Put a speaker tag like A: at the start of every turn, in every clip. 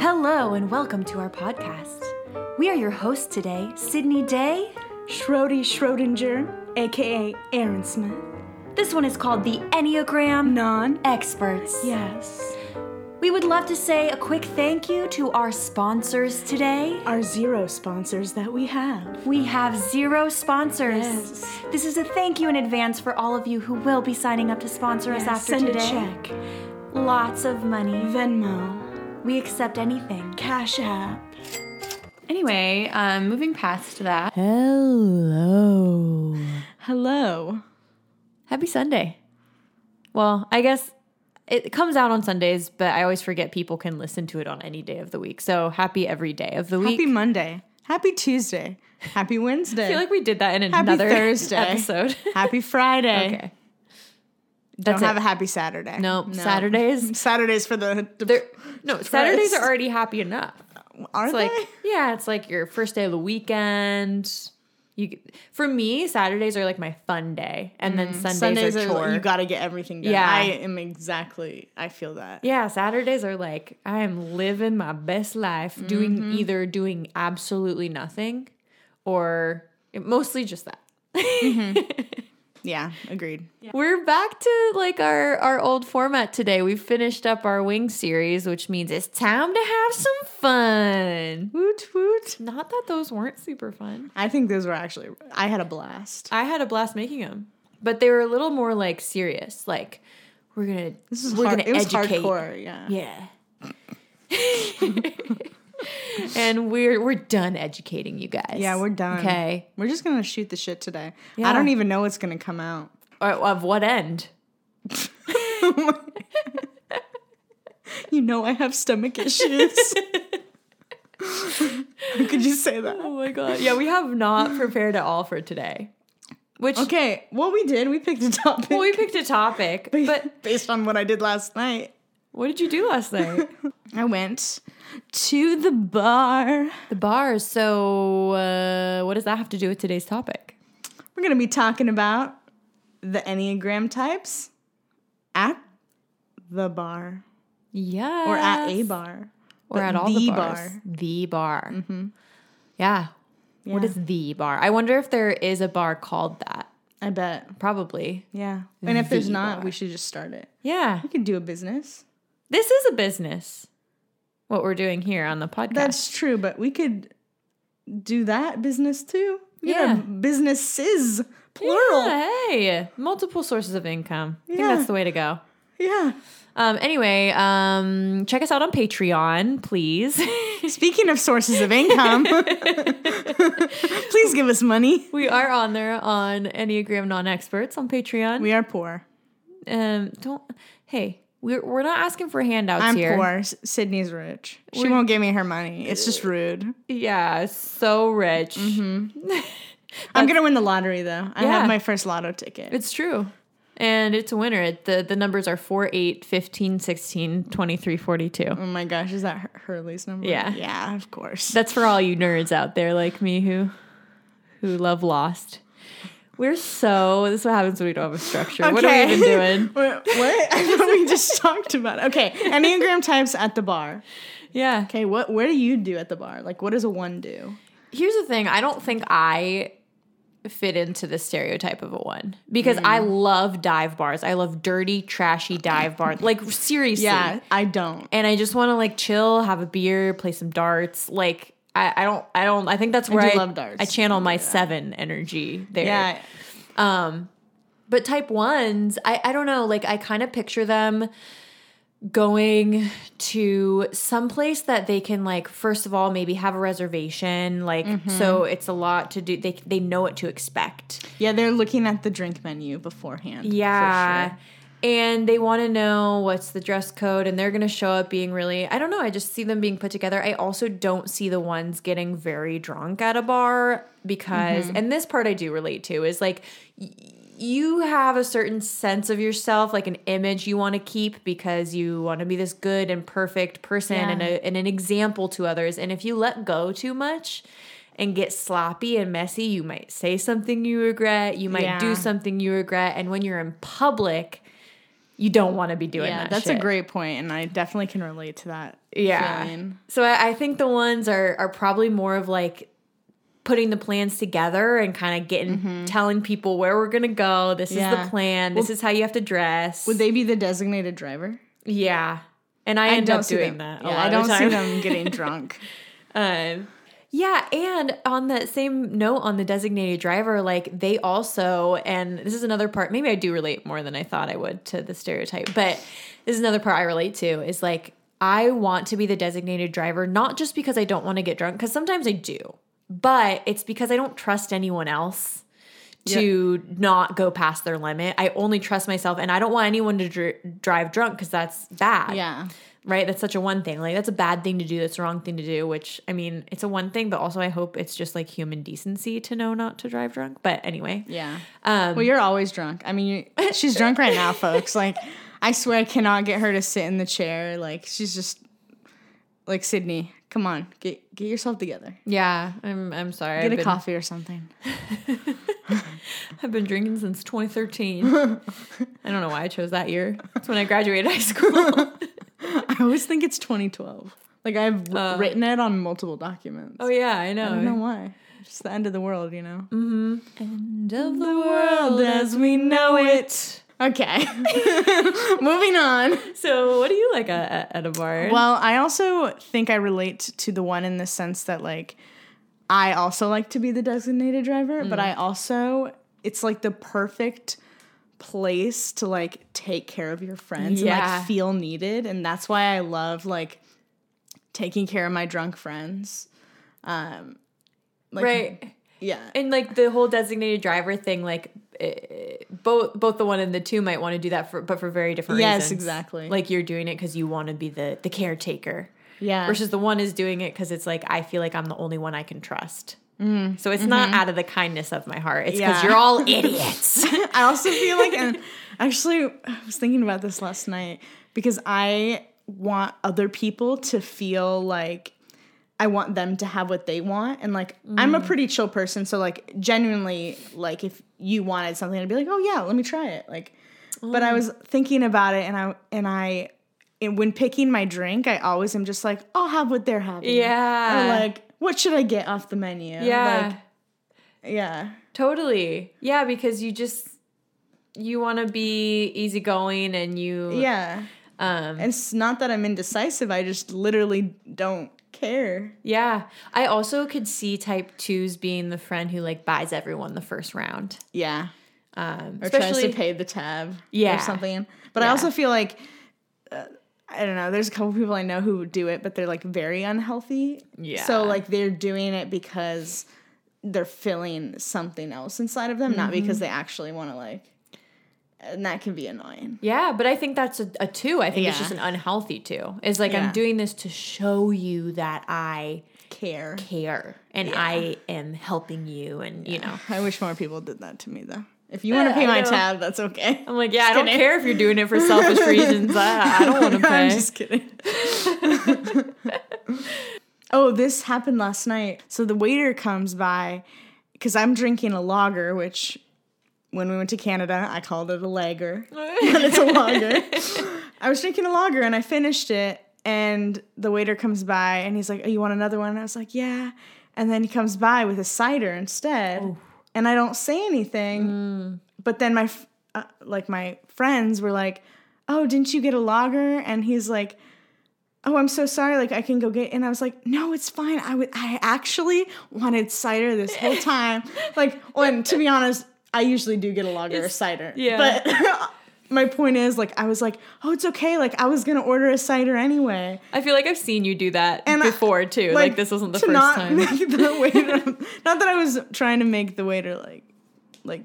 A: Hello, and welcome to our podcast. We are your hosts today, Sydney Day.
B: Schrody Schrodinger, aka Aaron Smith.
A: This one is called the Enneagram
B: Non.
A: Experts.
B: Yes.
A: We would love to say a quick thank you to our sponsors today.
B: Our zero sponsors that we have.
A: We have zero sponsors.
B: Yes.
A: This is a thank you in advance for all of you who will be signing up to sponsor us
B: Yes,
A: after
B: Send
A: today.
B: a check.
A: Lots of money.
B: Venmo.
A: We accept anything.
B: Cash App.
A: Anyway, um, moving past that.
C: Hello.
B: Hello.
C: Happy Sunday. Well, I guess it comes out on Sundays, but I always forget people can listen to it on any day of the week. So happy every day of the week.
B: Happy Monday. Happy Tuesday. Happy Wednesday.
C: I feel like we did that in
B: happy
C: another
B: Thursday.
C: episode.
B: Happy Friday.
C: okay.
B: Don't
C: that's
B: have
C: it.
B: a happy Saturday.
C: No, Saturdays.
B: Saturdays for the. the
C: They're, no, Saturdays are
B: Depressed.
C: already happy enough.
B: aren't
C: It's
B: they?
C: like yeah, it's like your first day of the weekend. You g- for me, Saturdays are like my fun day, and then Mm. Sundays,
B: Sundays
C: are,
B: are
C: chore.
B: you got to get everything done.
C: Yeah.
B: I am exactly. I feel that.
C: Yeah, Saturdays are like I am living my best life, doing either doing absolutely nothing or mostly just that.
B: Yeah. Agreed.
C: We're back to like our our old format today. We finished up our wing series, which means it's time to have some fun.
B: Woot woot.
C: Not that those weren't super fun.
B: I think those were actually. I had a blast.
C: I had a blast making them, but they were a little more like serious. Like we're gonna
B: This is
C: we're
B: hard.
C: gonna
B: it was
C: educate.
B: hardcore. Yeah.
C: Yeah. and we're we're done educating you guys.
B: Yeah, we're done.
C: Okay.
B: We're just gonna shoot the shit today.
C: Yeah.
B: I don't even know what's gonna come out.
C: Or, Uh, of what end?
B: You know, I have stomach issues. How could you say that?
C: Oh my god. Yeah, we have not prepared at all for today. Which
B: Okay, what we did, we picked a topic
C: well, we picked a topic, but
B: based on what I did last night.
C: what did you do last night?
B: I went to the bar.
C: the bars. So, uh, what does that have to do with today's topic?
B: We're gonna be talking about the Enneagram types at the bar
C: Yeah.
B: or at a bar.
C: or
B: but
C: at all the,
B: the
C: bars.
B: bar.
C: The bar. Mm-hmm. Yeah. What
B: Yeah.
C: is the bar? I wonder if there is a bar called that.
B: I bet.
C: Probably.
B: Yeah. And if there's
C: The
B: not,
C: bar.
B: we should just start it.
C: Yeah.
B: We could do a business.
C: This is a business. What we're doing here on the podcast.
B: That's true, but we could do that business too. You
C: Yeah.
B: know, businesses, plural. Yeah.
C: Yeah, Ah, hey, multiple sources of income. I think
B: Yeah.
C: that's the way to go. Um, anyway, um, check us out on Patreon, please.
B: Speaking of sources of income, please give us money.
C: we are on there on Enneagram Non Experts on Patreon.
B: We are poor.
C: um, don't. Hey, we're we're not asking for handouts
B: I'm
C: here.
B: poor. S- Sydney's rich. She won't give me her money. It's just
C: Uh,
B: rude.
C: Yeah, so rich.
B: Mm-hmm. I'm gonna win the lottery though. I
C: Yeah.
B: have my first lotto ticket.
C: It's true. And it's a winner. It, the the numbers are 4, 8, 15, 16, 23, 42.
B: oh my gosh, is that Hur- Hurley's number?
C: Yeah.
B: yeah, of course.
C: That's for all you nerds out there like me who who love Lost. We're so this is what happens when we don't have a structure. What are we
B: Okay.
C: even doing?
B: Wait, what? I thought we just talked about. It. Okay, enneagram types at the bar.
C: Yeah.
B: Okay, what what do you do at the bar? Like, what does a one do?
C: Here's the thing, I don't think I fit into the stereotype of a one because I
B: Mm.
C: love dive bars. I love dirty, trashy dive bars. Like seriously.
B: Yeah, I don't.
C: And I just want to like chill, have a beer, play some darts. Like I, I don't I don't I think that's where
B: do
C: I,
B: love darts.
C: I channel my seven energy there.
B: Yeah,
C: But type ones, I, I don't know, like I kind of picture them going to some place that they can like first of all maybe have a reservation like so it's a lot to do they they know what to expect
B: yeah, they're looking at the drink menu beforehand. for
C: yeah
B: sure.
C: and they want to know what's the dress code and they're going to show up being really i don't know i just see them being put together i also don't see the ones getting very drunk at a bar because and this part i do relate to is like y- you have a certain sense of yourself like an image you want to keep because you want to be this good and perfect person and, a, and an example to others and if you let go too much and get sloppy and messy you might say something you regret you might do something
B: Yeah.
C: something you regret. And when you're in public, you don't want to be doing
B: yeah,
C: that.
B: that's a
C: shit.
B: great point, and I definitely can relate to that.
C: yeah.
B: feeling.
C: So I, I think the ones are are probably more of like putting the plans together and kind of getting telling people where we're gonna go. This is
B: Mm-hmm. Yeah.
C: the plan. This is how you have to dress.
B: Would they be the designated driver?
C: yeah. And I, end up
B: see
C: doing
B: them.
C: that.
B: Yeah,
C: a lot
B: I don't
C: of the time.
B: see them getting drunk.
C: Um, yeah, and on that same note, on the designated driver, like they also, and this is another part. Maybe I do relate more than I thought I would to the stereotype, but this is another part I relate to. Is like I want to be the designated driver, not just because I don't want to get drunk, because sometimes I do, but it's because I don't trust anyone else to not go past their limit. I only trust myself, and I don't want anyone to dr- drive drunk because that's bad
B: Yeah,
C: right? That's such a one thing. Like that's a bad thing to do. That's the wrong thing to do. Which I mean, it's a one thing, but also I hope it's just like human decency to know not to drive drunk. But anyway,
B: yeah.
C: Um,
B: well, you're always drunk. I mean, you, she's drunk right now, folks. Like, I swear, I cannot get her to sit in the chair. Like, she's just like Sydney. Come on, get get yourself together.
C: yeah, I'm I'm sorry.
B: Get
C: I've
B: a
C: been,
B: coffee or something.
C: I've been drinking since 2013. I don't know why I chose that year. It's when I graduated high school.
B: I always think it's 2012. Like I've wr- written it on multiple documents.
C: oh yeah, I know.
B: I don't know why. It's the end of the world, you know.
C: End of the world as we know it.
B: Okay, moving on.
C: So, what do you like at, at- at a bar?
B: Well, I also think I relate to the one in the sense that like I also like to be the designated driver, but I also it's like the perfect place to like take care of your friends and
C: Yeah.
B: like feel needed, and that's why I love like taking care of my drunk friends. Um like,
C: right.
B: Yeah.
C: and like the whole designated driver thing like eh, both both the one and the two might want to do that for but for very different
B: Yes,
C: reasons
B: exactly.
C: like you're doing it because you want to be the the caretaker
B: Yeah.
C: versus the one is doing it because it's like i feel like i'm the only one i can trust so it's not out of the kindness of my heart it's because
B: Mm, mm-hmm. Yeah.
C: you're all idiots
B: I also feel like, and actually, I was thinking about this last night because I want other people to feel like I want them to have what they want. And like, I'm a pretty chill person. So, like, genuinely, like, if you wanted something, I'd be like, oh, yeah, let me try it. Like, but I was thinking about it and I, and I, and when picking my drink, I always am just like, I'll have what they're having.
C: Yeah.
B: Or like, what should I get off the menu? Like, yeah.
C: totally yeah because you just you want to be easygoing and you
B: Yeah. Um, it's not that I'm indecisive. I just literally don't care.
C: Yeah. I also could see type twos being the friend who like buys everyone the first round.
B: Yeah.
C: Um,
B: Or tries
C: especially
B: to pay the tab
C: Yeah.
B: or something. But I also feel like, uh, I don't know, there's a couple people I know who do it, but they're like very unhealthy.
C: Yeah.
B: So like they're doing it because they're filling something else inside of them, not
C: Mm-hmm.
B: because they actually want to like, and that can be annoying.
C: Yeah, but I think that's a, a two. I think it's
B: Yeah.
C: just an unhealthy two. It's like
B: Yeah.
C: I'm doing this to show you that I
B: Care.
C: care and I am helping you, and you know.
B: I wish more people did that to me though. If you want to pay
C: I
B: my
C: know.
B: tab, that's okay.
C: I'm like, yeah, I don't care if you're doing it for selfish reasons. I, I don't want to pay.
B: I'm just kidding. oh, this happened last night. So the waiter comes by because I'm drinking a lager, which when we went to Canada, I called it a lager, but it's a lager. I was drinking a lager and I finished it, and the waiter comes by and he's like, "Oh, you want another one?" And I was like, "Yeah." And then he comes by with a cider instead, and I don't say anything. But then my f- uh, like my friends were like, "Oh, didn't you get a lager?" And he's like, "Oh, I'm so sorry. Like I can go get." And I was like, "No, it's fine. I would. I actually wanted cider this whole time. like, and to be honest, I usually do get a lager or cider.
C: yeah.
B: But my point is, like, I was like, "Oh, it's okay. Like I was gonna order a cider anyway."
C: I feel like I've seen you do that
B: And I-
C: before too. Like, this wasn't the
B: to
C: first
B: not
C: time.
B: Make the waiter, not that I was trying to make the waiter like, like,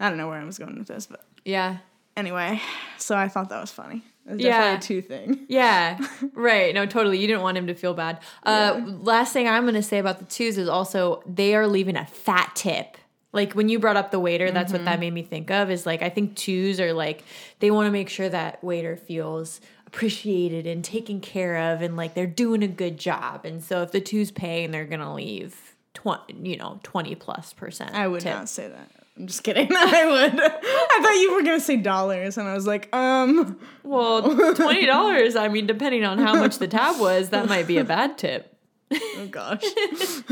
B: I don't know where I was going with this, but
C: yeah.
B: anyway, so I thought that was funny. It was
C: Yeah.
B: definitely a two thing.
C: Yeah, right. No, totally. You didn't want him to feel bad. Uh, Last thing I'm going to say about the twos is also they are leaving a fat tip. Like when you brought up the waiter, that's what that made me think of is like, I think twos are like, they want to make sure that waiter feels appreciated and taken care of and like they're doing a good job. And so if the twos pay and they're going to leave, tw- you know, 20 plus percent.
B: I would
C: tip.
B: not say that. I'm just kidding. I would. I thought you were gonna say dollars, and I was like, um,
C: Well, twenty dollars. I mean, depending on how much the tab was, that might be a bad tip.
B: oh gosh.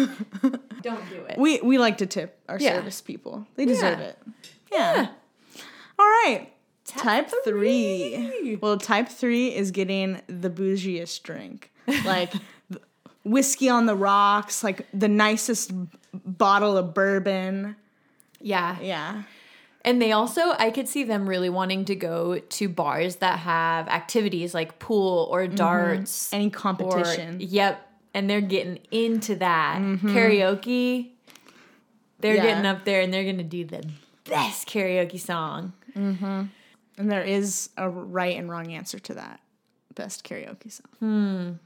C: Don't do it.
B: we we like to tip our
C: Yeah.
B: service people. They deserve
C: Yeah.
B: it. Yeah. All right. Type, three. Well, type three is getting the bougiest drink, like th- whiskey on the rocks, like the nicest b- bottle of bourbon.
C: Yeah.
B: Yeah.
C: And they also, I could see them really wanting to go to bars that have activities like pool or darts
B: Any
C: or
B: competition.
C: yep. And they're getting into that karaoke. They're
B: Yeah.
C: getting up there and they're gonna do the best karaoke song.
B: and there is a right and wrong answer to that. Best karaoke song.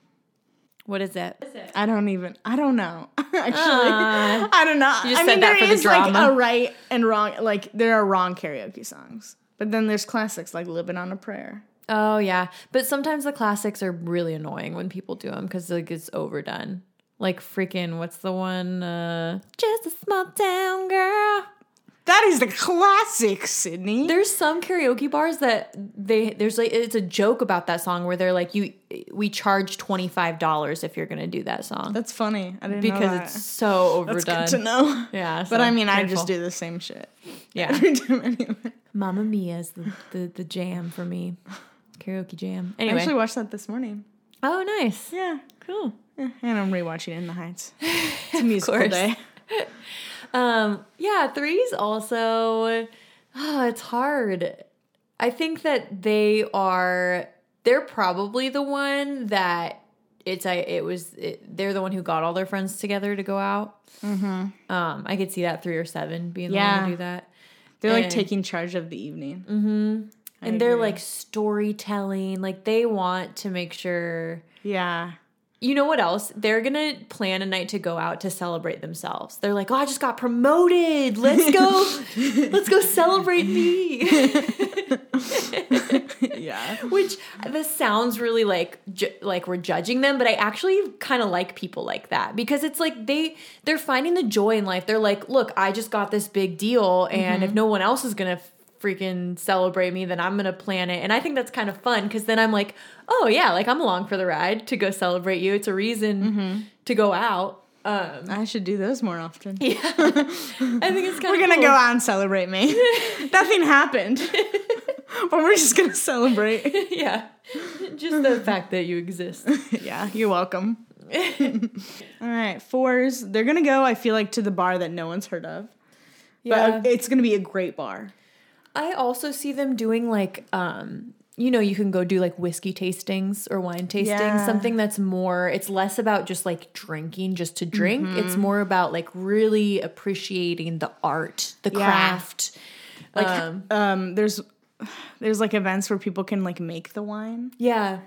C: What is it?
B: I don't even. I don't know. Actually, I don't know.
C: Ah. You just
B: I
C: said that
B: there
C: for the
B: is, like
C: drama.
B: a right and wrong. Like there are wrong karaoke songs, but then there's classics like "Living on a Prayer."
C: Oh yeah, but sometimes the classics are really annoying when people do them because like it's overdone. Like freaking, what's the one? Uh, Just a small town girl.
B: That is the classic, Sydney.
C: There's some karaoke bars that they there's like it's a joke about that song where they're like you we charge twenty five dollars if you're gonna do that song
B: That's funny. I didn't know
C: because
B: that.
C: it's so
B: That's
C: overdone.
B: good to know.
C: Yeah,
B: But
C: so
B: I mean, I
C: careful.
B: just do the same shit.
C: yeah.
B: anyway.
C: Mamma Mia is the, the the jam for me. Karaoke jam.
B: I
C: Anyway.
B: actually watched that this morning.
C: oh, nice.
B: Yeah,
C: Cool.
B: Yeah, and I'm rewatching "In the Heights." It's a musical
C: course.
B: day.
C: Um, yeah, threes also. Oh, it's hard. I think that they are. They're probably the one that it's. I. It was. It, they're the one who got all their friends together to go out. Mm-hmm. Um, I could see that three or seven being the one
B: Yeah.
C: to do that.
B: They're like
C: And-
B: taking charge of the evening.
C: And they're
B: agree.
C: like storytelling. Like they want to make sure.
B: Yeah.
C: You know what else? They're gonna plan a night to go out to celebrate themselves. They're like, "Oh, I just got promoted. Let's go, let's go celebrate me."
B: Yeah.
C: Which this sounds really like ju- like we're judging them, but I actually kind of like people like that because it's like they they're finding the joy in life. They're like, "Look, I just got this big deal, and
B: Mm-hmm.
C: if no one else is gonna." freaking celebrate me then i'm gonna plan it and i think that's kind of fun because then i'm like oh yeah like i'm along for the ride to go celebrate you it's a reason
B: Mm-hmm.
C: to go out um
B: I should do those more often.
C: Yeah. I think it's kind
B: We're
C: of
B: gonna go out and celebrate me. Nothing happened. but we're just gonna celebrate.
C: yeah. Just the fact that you exist.
B: yeah, you're welcome. All right, fours. They're gonna go, I feel like, to the bar that no one's heard of.
C: Yeah.
B: But it's gonna be a great bar.
C: I also see them doing like um you know, you can go do like whiskey tastings or wine tastings,
B: Yeah.
C: something that's more, it's less about just like drinking just to drink.
B: Mm-hmm.
C: It's more about like really appreciating the art, the craft.
B: Like um, there's there's like events where people can like make the wine.
C: Yeah.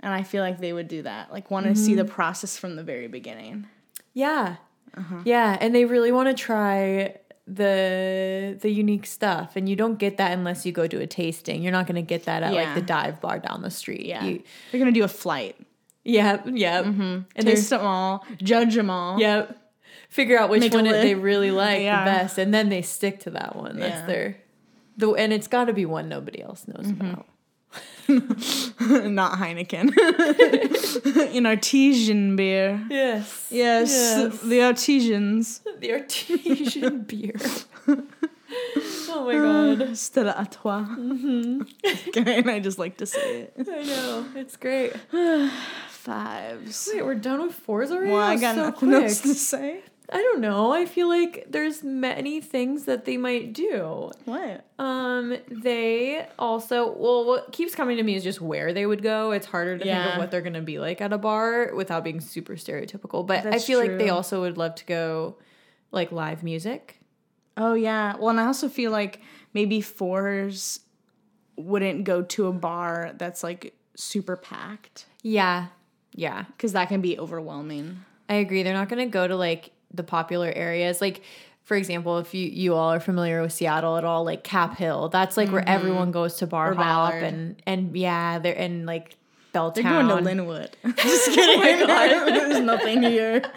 B: And I feel like they would do that. Like wanna see
C: Mm-hmm.
B: the process from the very beginning.
C: Yeah.
B: Uh-huh.
C: Yeah, and they really want to try the the unique stuff and you don't get that unless you go to a tasting. You're not going to get that at like
B: Yeah.
C: the dive bar down the street.
B: Yeah. Mm-hmm.
C: You-
B: They're gonna do a flight.
C: yeah, yeah. And
B: Taste
C: there's
B: them all, judge them all.
C: yeah. Figure out which
B: Make a
C: one they
B: list.
C: really like
B: Yeah.
C: the best and then they stick to that one. That's
B: Yeah.
C: their the and it's got to be one nobody else knows
B: Mm-hmm.
C: about.
B: not Heineken. In artesian beer.
C: Yes.
B: Yes,
C: Yes.
B: the artisans
C: The artesian beer. oh my god.
B: instead of atois. and I just like to say it.
C: I know. It's great.
B: Fives.
C: Wait, we're done with fours already?
B: Well, I
C: That
B: got
C: was so
B: nothing
C: quick.
B: else to say.
C: I don't know. I feel like there's many things that they might do.
B: What?
C: Um, they also well, what keeps coming to me is just where they would go. It's harder to think
B: Yeah.
C: of what they're gonna be like at a bar without being super stereotypical. But I
B: That's
C: feel like they
B: true.
C: also would love to go like live music.
B: Oh yeah. Well, and I also feel like maybe fours wouldn't go to a bar that's like super packed
C: Yeah, yeah.
B: because that can be overwhelming.
C: I agree. They're not going to go to like the popular areas. Like, for example, if you you all are familiar with Seattle at all, Mm-hmm. like Cap Hill, that's like where everyone goes to bar hop
B: Ballard.
C: and and yeah, they're and like Belltown.
B: They're going to Linwood. Oh Just kidding. There's nothing here.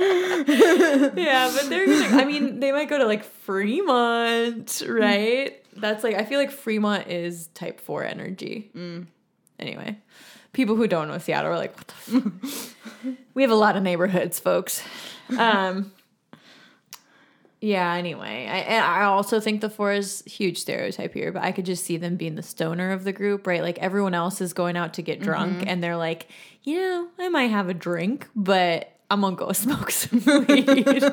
C: Yeah, but they're gonna, I mean, they might go to like Fremont, right? That's like, I feel like Fremont is type four energy. Anyway, people who don't know Seattle are like, what the f-? we have a lot of neighborhoods, folks. Um, yeah, anyway, I, and I also think the four is huge stereotype here, but I could just see them being the stoner of the group, right? Like everyone else is going out to get drunk and they're like, you know, I might have a drink, but I'm gonna go smoke some weed.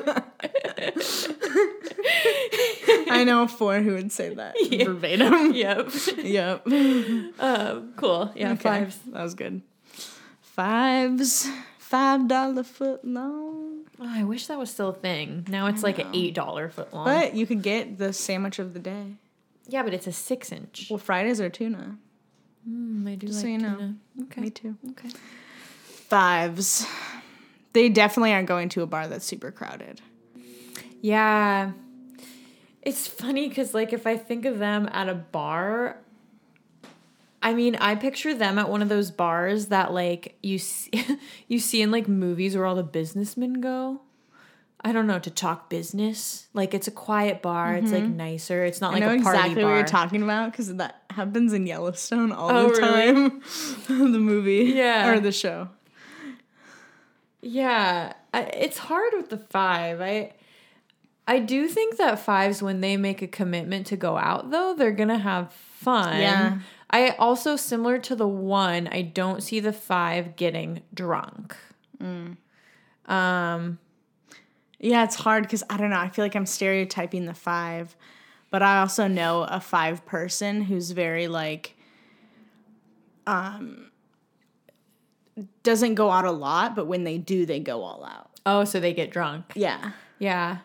B: I know four who would say that verbatim.
C: yep.
B: Yep.
C: Um, cool. Yeah,
B: Okay.
C: fives.
B: That was good. Fives. Five dollar foot long.
C: Oh, I wish that was still a thing. Now it's like an eight dollar foot long.
B: But you could get the sandwich of the day.
C: yeah, but it's a six inch.
B: Well, Fridays are tuna.
C: Mm, I do
B: Just so
C: like
B: you know.
C: tuna. Okay.
B: Me too.
C: Okay.
B: Fives. They definitely aren't going to a bar that's super crowded.
C: Yeah. It's funny because, like, if I think of them at a bar, I mean, I picture them at one of those bars that, like, you see, you see in like movies where all the businessmen go. I don't know to talk business. Like, it's a quiet bar. It's like nicer. It's not
B: Mm-hmm. I
C: like
B: know
C: a party
B: exactly
C: bar.
B: what you're talking about because that happens in Yellowstone all
C: Oh,
B: the
C: really?
B: time. the movie.
C: Yeah.
B: Or the show.
C: Yeah, I, it's hard with the five. I I do think that fives when they make a commitment to go out though, they're going to have fun.
B: Yeah.
C: I also similar to the one, I don't see the five getting drunk. Um
B: Yeah, it's hard because I don't know. I feel like I'm stereotyping the five, but I also know a five person who's very like, um, doesn't go out a lot, but when they do, they go all out.
C: oh, so they get drunk.
B: Yeah.
C: Yeah.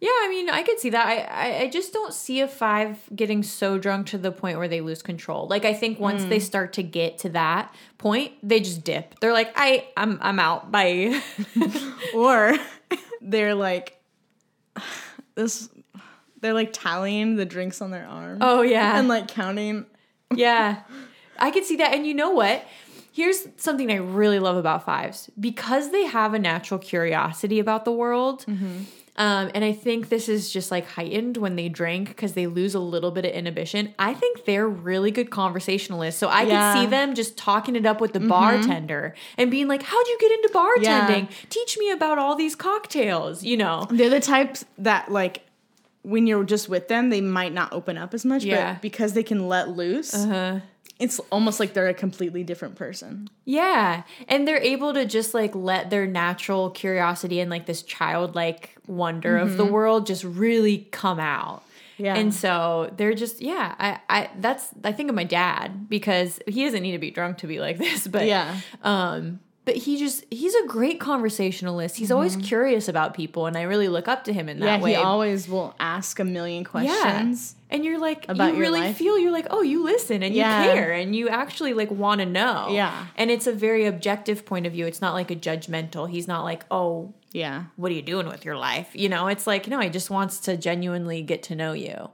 C: Yeah, I mean, I could see that. I, I, I just don't see a five getting so drunk to the point where they lose control. Like I think once they start to get to that point, they just dip. They're like, I, I'm, I'm out. Bye.
B: Or they're like, this, they're like tallying the drinks on their arm
C: Oh yeah.
B: and like counting.
C: yeah. I could see that. And you know what? Here's something I really love about fives. Because they have a natural curiosity about the world. Um, and I think this is just like heightened when they drink because they lose a little bit of inhibition. I think they're really good conversationalists. So I
B: Yeah.
C: could see them just talking it up with the bartender and being like, How'd you get into bartending? Teach me about all these cocktails, you know?
B: They're the types that like, when you're just with them, they might not open up as much,
C: Yeah. Uh-huh.
B: but because they can let loose, it's almost like they're a completely different person.
C: Yeah. And they're able to just like let their natural curiosity and like this childlike wonder of the world just really come out.
B: Mm-hmm. Yeah.
C: And so they're just yeah, I, I that's I think of my dad because he doesn't need to be drunk to be like this, but
B: Yeah.
C: um but he just he's a great conversationalist. He's always curious about people and I really look up to him in that
B: Mm-hmm. yeah,
C: way.
B: he always will ask a million questions.
C: Yeah. And you're like,
B: about
C: you
B: your
C: really
B: life.
C: feel, you're like, oh, you listen and
B: Yeah.
C: you care and you actually like want to know.
B: Yeah.
C: And it's a very objective point of view. It's not like a judgmental. He's not like, oh,
B: Yeah.
C: what are you doing with your life? You know, it's like, no, he just wants to genuinely get to know you.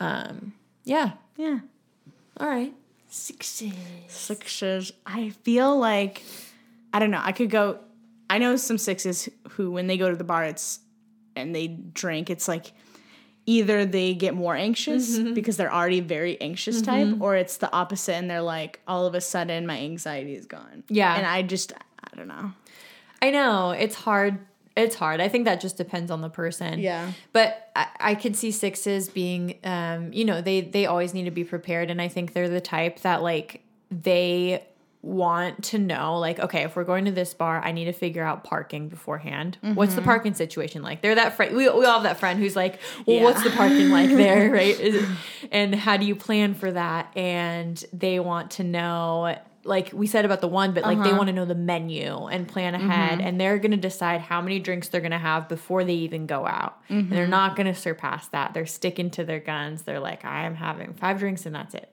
C: Um, yeah.
B: Yeah.
C: All right. Sixes.
B: Sixes. I feel like I don't know. I could go I know some sixes who when they go to the bar it's and they drink, it's like either they get more anxious because they're already a very anxious type, or it's the opposite and they're like, all of a sudden my anxiety is gone.
C: Yeah.
B: And I just I don't know.
C: I know it's hard. It's hard. I think that just depends on the person.
B: Yeah.
C: But I, I could see sixes being, um, you know, they they always need to be prepared, and I think they're the type that like they want to know, like, okay, if we're going to this bar, I need to figure out parking beforehand. What's
B: Mm-hmm.
C: the parking situation like? They're that friend. We we all have that friend who's like, well,
B: Yeah.
C: what's the parking like there, right? Is it- and how do you plan for that? And they want to know, like we said about the one, but like they
B: Uh-huh.
C: want to know the menu and plan
B: Mm-hmm.
C: ahead. And they're going to decide how many drinks they're going to have before they even go out. And
B: Mm-hmm.
C: they're not going to surpass that. They're sticking to their guns. They're like, I am having five drinks and that's it.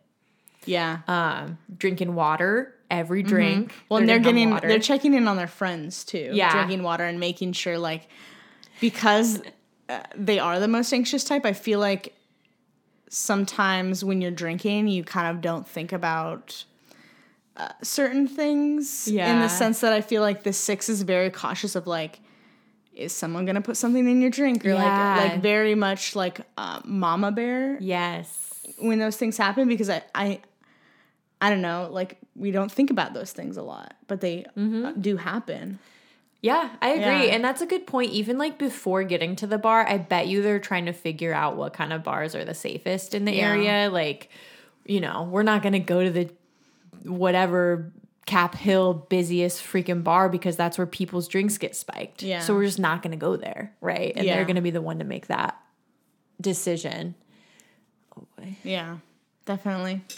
B: Yeah.
C: Um, drinking water every drink.
B: Mm-hmm. Well, and they're
C: gonna have
B: getting
C: water.
B: they're checking in on their friends too.
C: Yeah.
B: drinking water and making sure like because uh, they are the most anxious type. I feel like sometimes when you're drinking, you kind of don't think about uh, certain things in
C: Yeah.
B: the sense that I feel like the six is very cautious of like, is someone gonna put something in your drink or
C: Yeah.
B: like like very much like uh, Mama Bear
C: Yes.
B: when those things happen because I I I don't know like we don't think about those things a lot but they uh do happen.
C: Yeah, I agree.
B: Yeah.
C: And that's a good point. Even like before getting to the bar, I bet you they're trying to figure out what kind of bars are the safest in the
B: Yeah.
C: area. Like, you know, we're not going to go to the whatever Cap Hill busiest freaking bar because that's where people's drinks get spiked.
B: Yeah.
C: So we're just not going to go there. Right. And
B: Yeah.
C: they're going to be the one to make that decision.
B: Oh, Yeah, definitely.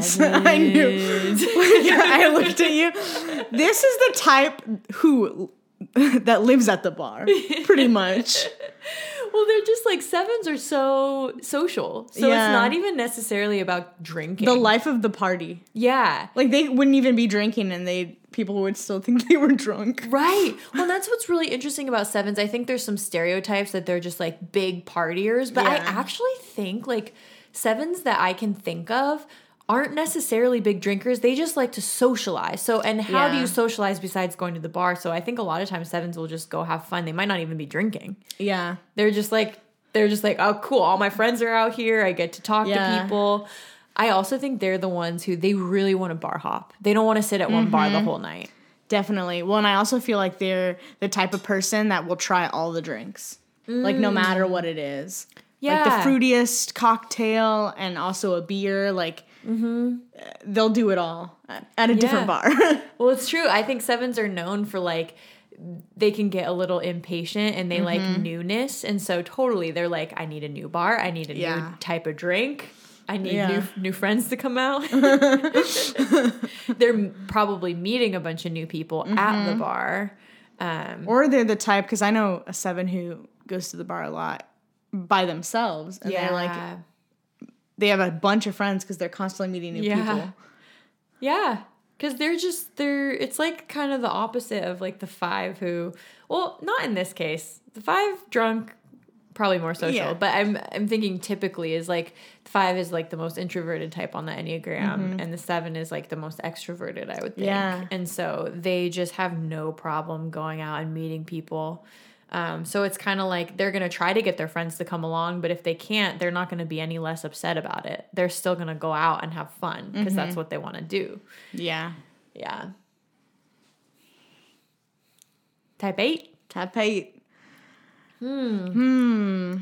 C: Seven.
B: I knew. I looked at you. This is the type who that lives at the bar, pretty much.
C: Well, they're just like sevens are so social. So
B: Yeah.
C: it's not even necessarily about drinking.
B: The life of the party.
C: yeah.
B: Like they wouldn't even be drinking, and they people would still think they were drunk.
C: Right. Well, that's what's really interesting about sevens. I think there's some stereotypes that they're just like big partiers, but I
B: Yeah.
C: actually think like sevens that I can think of aren't necessarily big drinkers. They just like to socialize. So, and how do
B: Yeah.
C: you socialize besides going to the bar? So, I think a lot of times sevens will just go have fun. They might not even be drinking.
B: Yeah,
C: They're just like they're just like, "Oh, cool. All my friends are out here. I get to talk to
B: Yeah.
C: people." I also think they're the ones who they really want to bar hop. They don't want to sit at one bar
B: Mm-hmm.
C: the whole night.
B: definitely. Well, and I also feel like they're the type of person that will try all the drinks, like no matter what it is. Like
C: Mm. Yeah.
B: the fruitiest cocktail and also a beer, like
C: Mm-hmm.
B: uh, they'll do it all at, at a different bar.
C: Well, it's true. I think sevens are known for like they can get a little impatient and they like
B: Mm-hmm.
C: newness, and so totally they're like, I need a new bar, I need a
B: Yeah.
C: new type of drink, I need
B: Yeah.
C: new new friends to come out. they're probably meeting a bunch of new people at
B: Mm-hmm.
C: the bar. Um,
B: or they're the type because I know a seven who goes to the bar a lot by themselves, and they're like they have a bunch of friends because they're constantly meeting new
C: Yeah.
B: people.
C: Yeah. Cause they're just they're it's like kind of the opposite of like the five who well, not in this case. The five drunk probably more social,
B: Yeah.
C: but I'm I'm thinking typically is like the five is like the most introverted type on the Enneagram
B: Mm-hmm.
C: and the seven is like the most extroverted, I would think.
B: Yeah.
C: And so they just have no problem going out and meeting people. Um, so it's kind of like they're gonna try to get their friends to come along, but if they can't, they're not gonna be any less upset about it. They're still gonna go out and have fun because that's what they want to do.
B: Yeah,
C: Yeah. Type eight.
B: type eight. Hmm.
C: Hmm.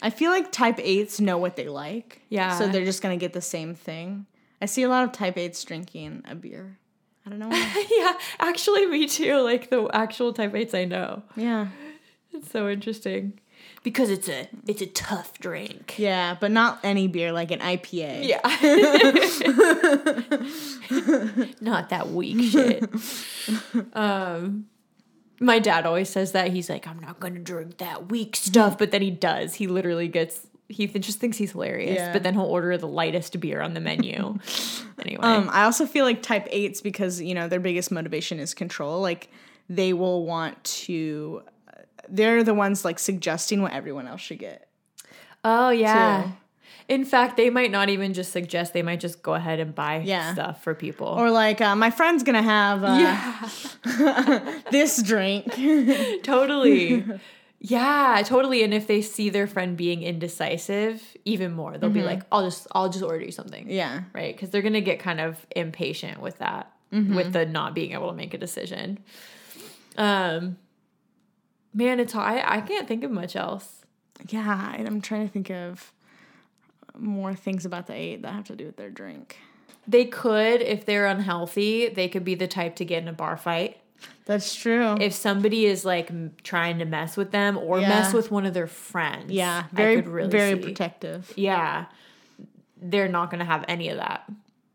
B: I feel like type eights know what they like.
C: Yeah.
B: So they're just gonna get the same thing. I see a lot of type eights drinking a beer. I don't know. why.
C: yeah, actually, me too. Like the actual type eights I know.
B: yeah.
C: It's so interesting because it's a it's a tough drink.
B: Yeah, but not any beer, like an IPA.
C: Yeah. Not that weak shit. Um my dad always says that he's like I'm not going to drink that weak stuff, but then he does. He literally gets he th- just thinks he's hilarious,
B: Yeah.
C: but then he'll order the lightest beer on the menu. anyway.
B: Um, I also feel like type eights because you know their biggest motivation is control. Like they will want to. uh, They're the ones like suggesting what everyone else should get.
C: Oh yeah.
B: too.
C: In fact, they might not even just suggest; they might just go ahead and buy
B: Yeah.
C: stuff for people.
B: Or like uh, my friend's gonna have uh,
C: yeah,
B: this drink.
C: totally. yeah, totally. And if they see their friend being indecisive, even more, they'll
B: Mm-hmm.
C: be like, "I'll just, I'll just order you something."
B: yeah,
C: right. Because they're gonna get kind of impatient with that,
B: Mm-hmm.
C: with the not being able to make a decision. Um, man, it's hard. I, I can't think of much else.
B: yeah. And I'm trying to think of more things about the eight that have to do with their drink.
C: They could, if they're unhealthy, they could be the type to get in a bar fight.
B: That's true.
C: if somebody is like m- trying to mess with them or
B: Yeah.
C: mess with one of their friends,
B: yeah,
C: I
B: very
C: could really
B: very
C: see.
B: protective.
C: Yeah, they're not gonna have any of that.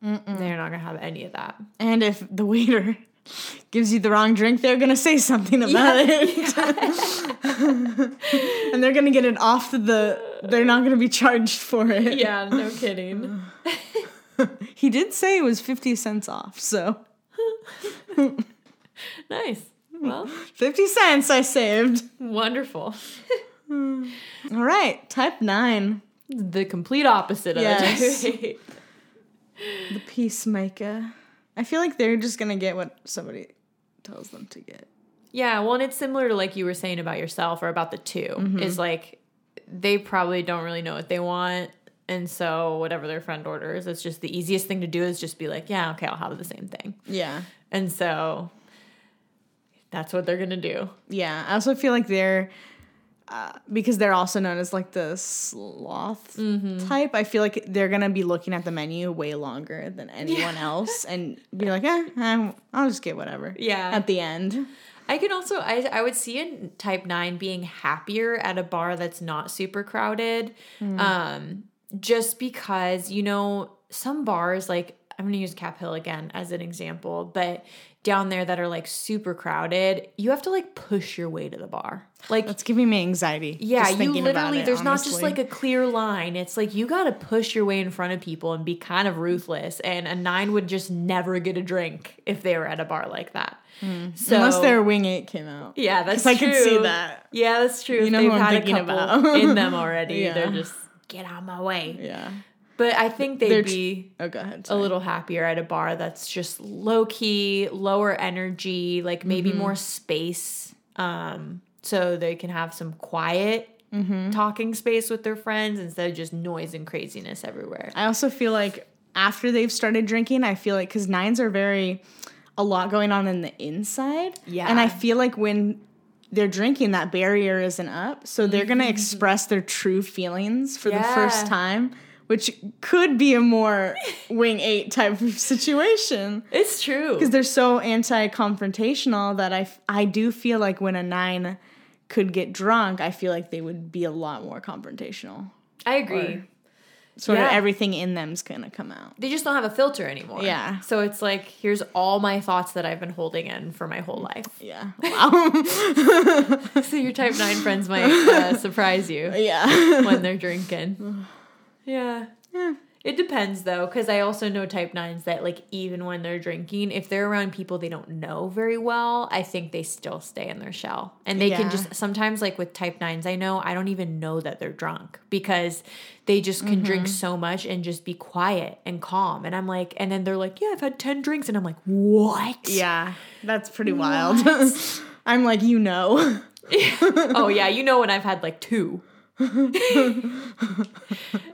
C: They're not gonna have any of that.
B: And if the waiter gives you the wrong drink, they're gonna say something about it. and they're gonna get it off the they're not gonna be charged for it.
C: Yeah, no kidding.
B: He did say it was fifty cents off, so
C: nice. Well,
B: fifty cents I saved.
C: wonderful.
B: All right, type nine.
C: The complete opposite of
B: Yes.
C: the type eight.
B: The peacemaker. I feel like they're just gonna get what somebody tells them to get.
C: Yeah, well, and it's similar to like you were saying about yourself or about the 2 is like they probably don't really know what they want. And so whatever their friend orders, it's just the easiest thing to do is just be like, yeah, okay, I'll have the same thing.
B: Yeah.
C: And so that's what they're going to do.
B: Yeah. I also feel like they're uh, because they're also known as like the sloth
C: Mm-hmm.
B: type. I feel like they're gonna be looking at the menu way longer than anyone else, and be like, "Eh, I'm, I'll just get whatever."
C: Yeah.
B: At the end,
C: I can also I I would see a type nine being happier at a bar that's not super crowded,
B: Hmm.
C: um, just because you know some bars like I'm gonna use Cap Hill again as an example, but down there that are like super crowded, you have to like push your way to the bar. Like
B: that's giving me anxiety.
C: yeah,
B: just
C: you
B: thinking about
C: literally
B: it,
C: there's not just
B: honestly.
C: like a clear line. It's like you got to push your way in front of people and be kind of ruthless. And a nine would just never get a drink if they were at a bar like that. So
B: Hmm. unless their wing eight came out.
C: yeah, that's
B: 'Cause I
C: true.
B: could see that.
C: Yeah, that's true. If
B: know
C: They've
B: who I'm
C: had a
B: thinking
C: couple
B: about.
C: in them already.
B: Yeah.
C: They're just get out my way.
B: Yeah.
C: But I think they'd
B: They're tr-
C: be
B: Oh, go ahead.
C: a little happier at a bar that's just low key, lower energy, like maybe
B: Mm-hmm.
C: more space, um, so they can have some quiet.
B: Mm-hmm.
C: Talking space with their friends instead of just noise and craziness everywhere.
B: I also feel like after they've started drinking, I feel like because nines are very a lot going on in the inside.
C: Yeah.
B: And I feel like when they're drinking, that barrier isn't up. So they're going to express their true feelings for the
C: Mm-hmm.
B: first
C: Yeah.
B: time, which could be a more wing eight type of situation.
C: It's true.
B: Because they're so anti confrontational that I, f- I do feel like when a nine could get drunk, I feel like they would be a lot more confrontational.
C: I agree.
B: Or- Sort of
C: Yeah.
B: everything in them's going to come out.
C: they just don't have a filter anymore.
B: Yeah.
C: So it's like, here's all my thoughts that I've been holding in for my whole
B: Mm.
C: life.
B: Yeah. Wow.
C: So your type nine friends might uh, surprise you
B: yeah.
C: when they're drinking. Yeah. It depends though, because I also know type nines that like even when they're drinking, if they're around people they don't know very well, I think they still stay in their shell. And they
B: Yeah.
C: can just sometimes like with type nines, I know I don't even know that they're drunk because they just can
B: Mm-hmm.
C: drink so much and just be quiet and calm. And I'm like, and then they're like, Yeah, I've had ten drinks, and I'm like, What?
B: Yeah. That's pretty wild. I'm like, you know.
C: oh yeah, you know when I've had like two.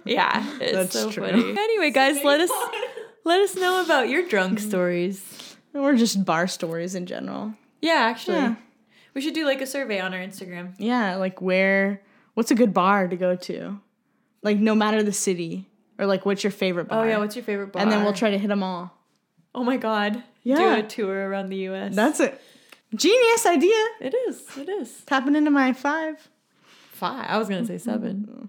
C: yeah, it's
B: That's
C: so
B: true.
C: funny. Anyway, guys, let us let us know about your drunk stories.
B: Or just bar stories in general.
C: Yeah, actually,
B: Yeah.
C: we should do like a survey on our Instagram.
B: Yeah, like where what's a good bar to go to? Like no matter the city. Or like what's your favorite bar?
C: Oh yeah, what's your favorite bar?
B: and then we'll try to hit them all.
C: Oh my god,
B: Yeah.
C: do a tour around the U.S.
B: That's a genius idea.
C: it is. It is
B: Tapping into my five.
C: five. I was gonna say seven.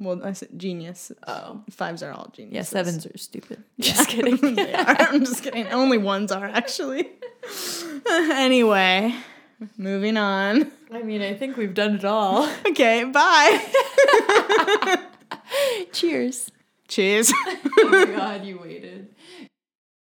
B: Well, I said genius.
C: Oh
B: Fives are all genius.
C: yeah, sevens are stupid. Just kidding.
B: they are. I'm just kidding. Only ones are actually. anyway, moving on.
C: I mean, I think we've done it all.
B: Okay, bye.
C: Cheers.
B: Cheers.
C: Oh my god, you waited.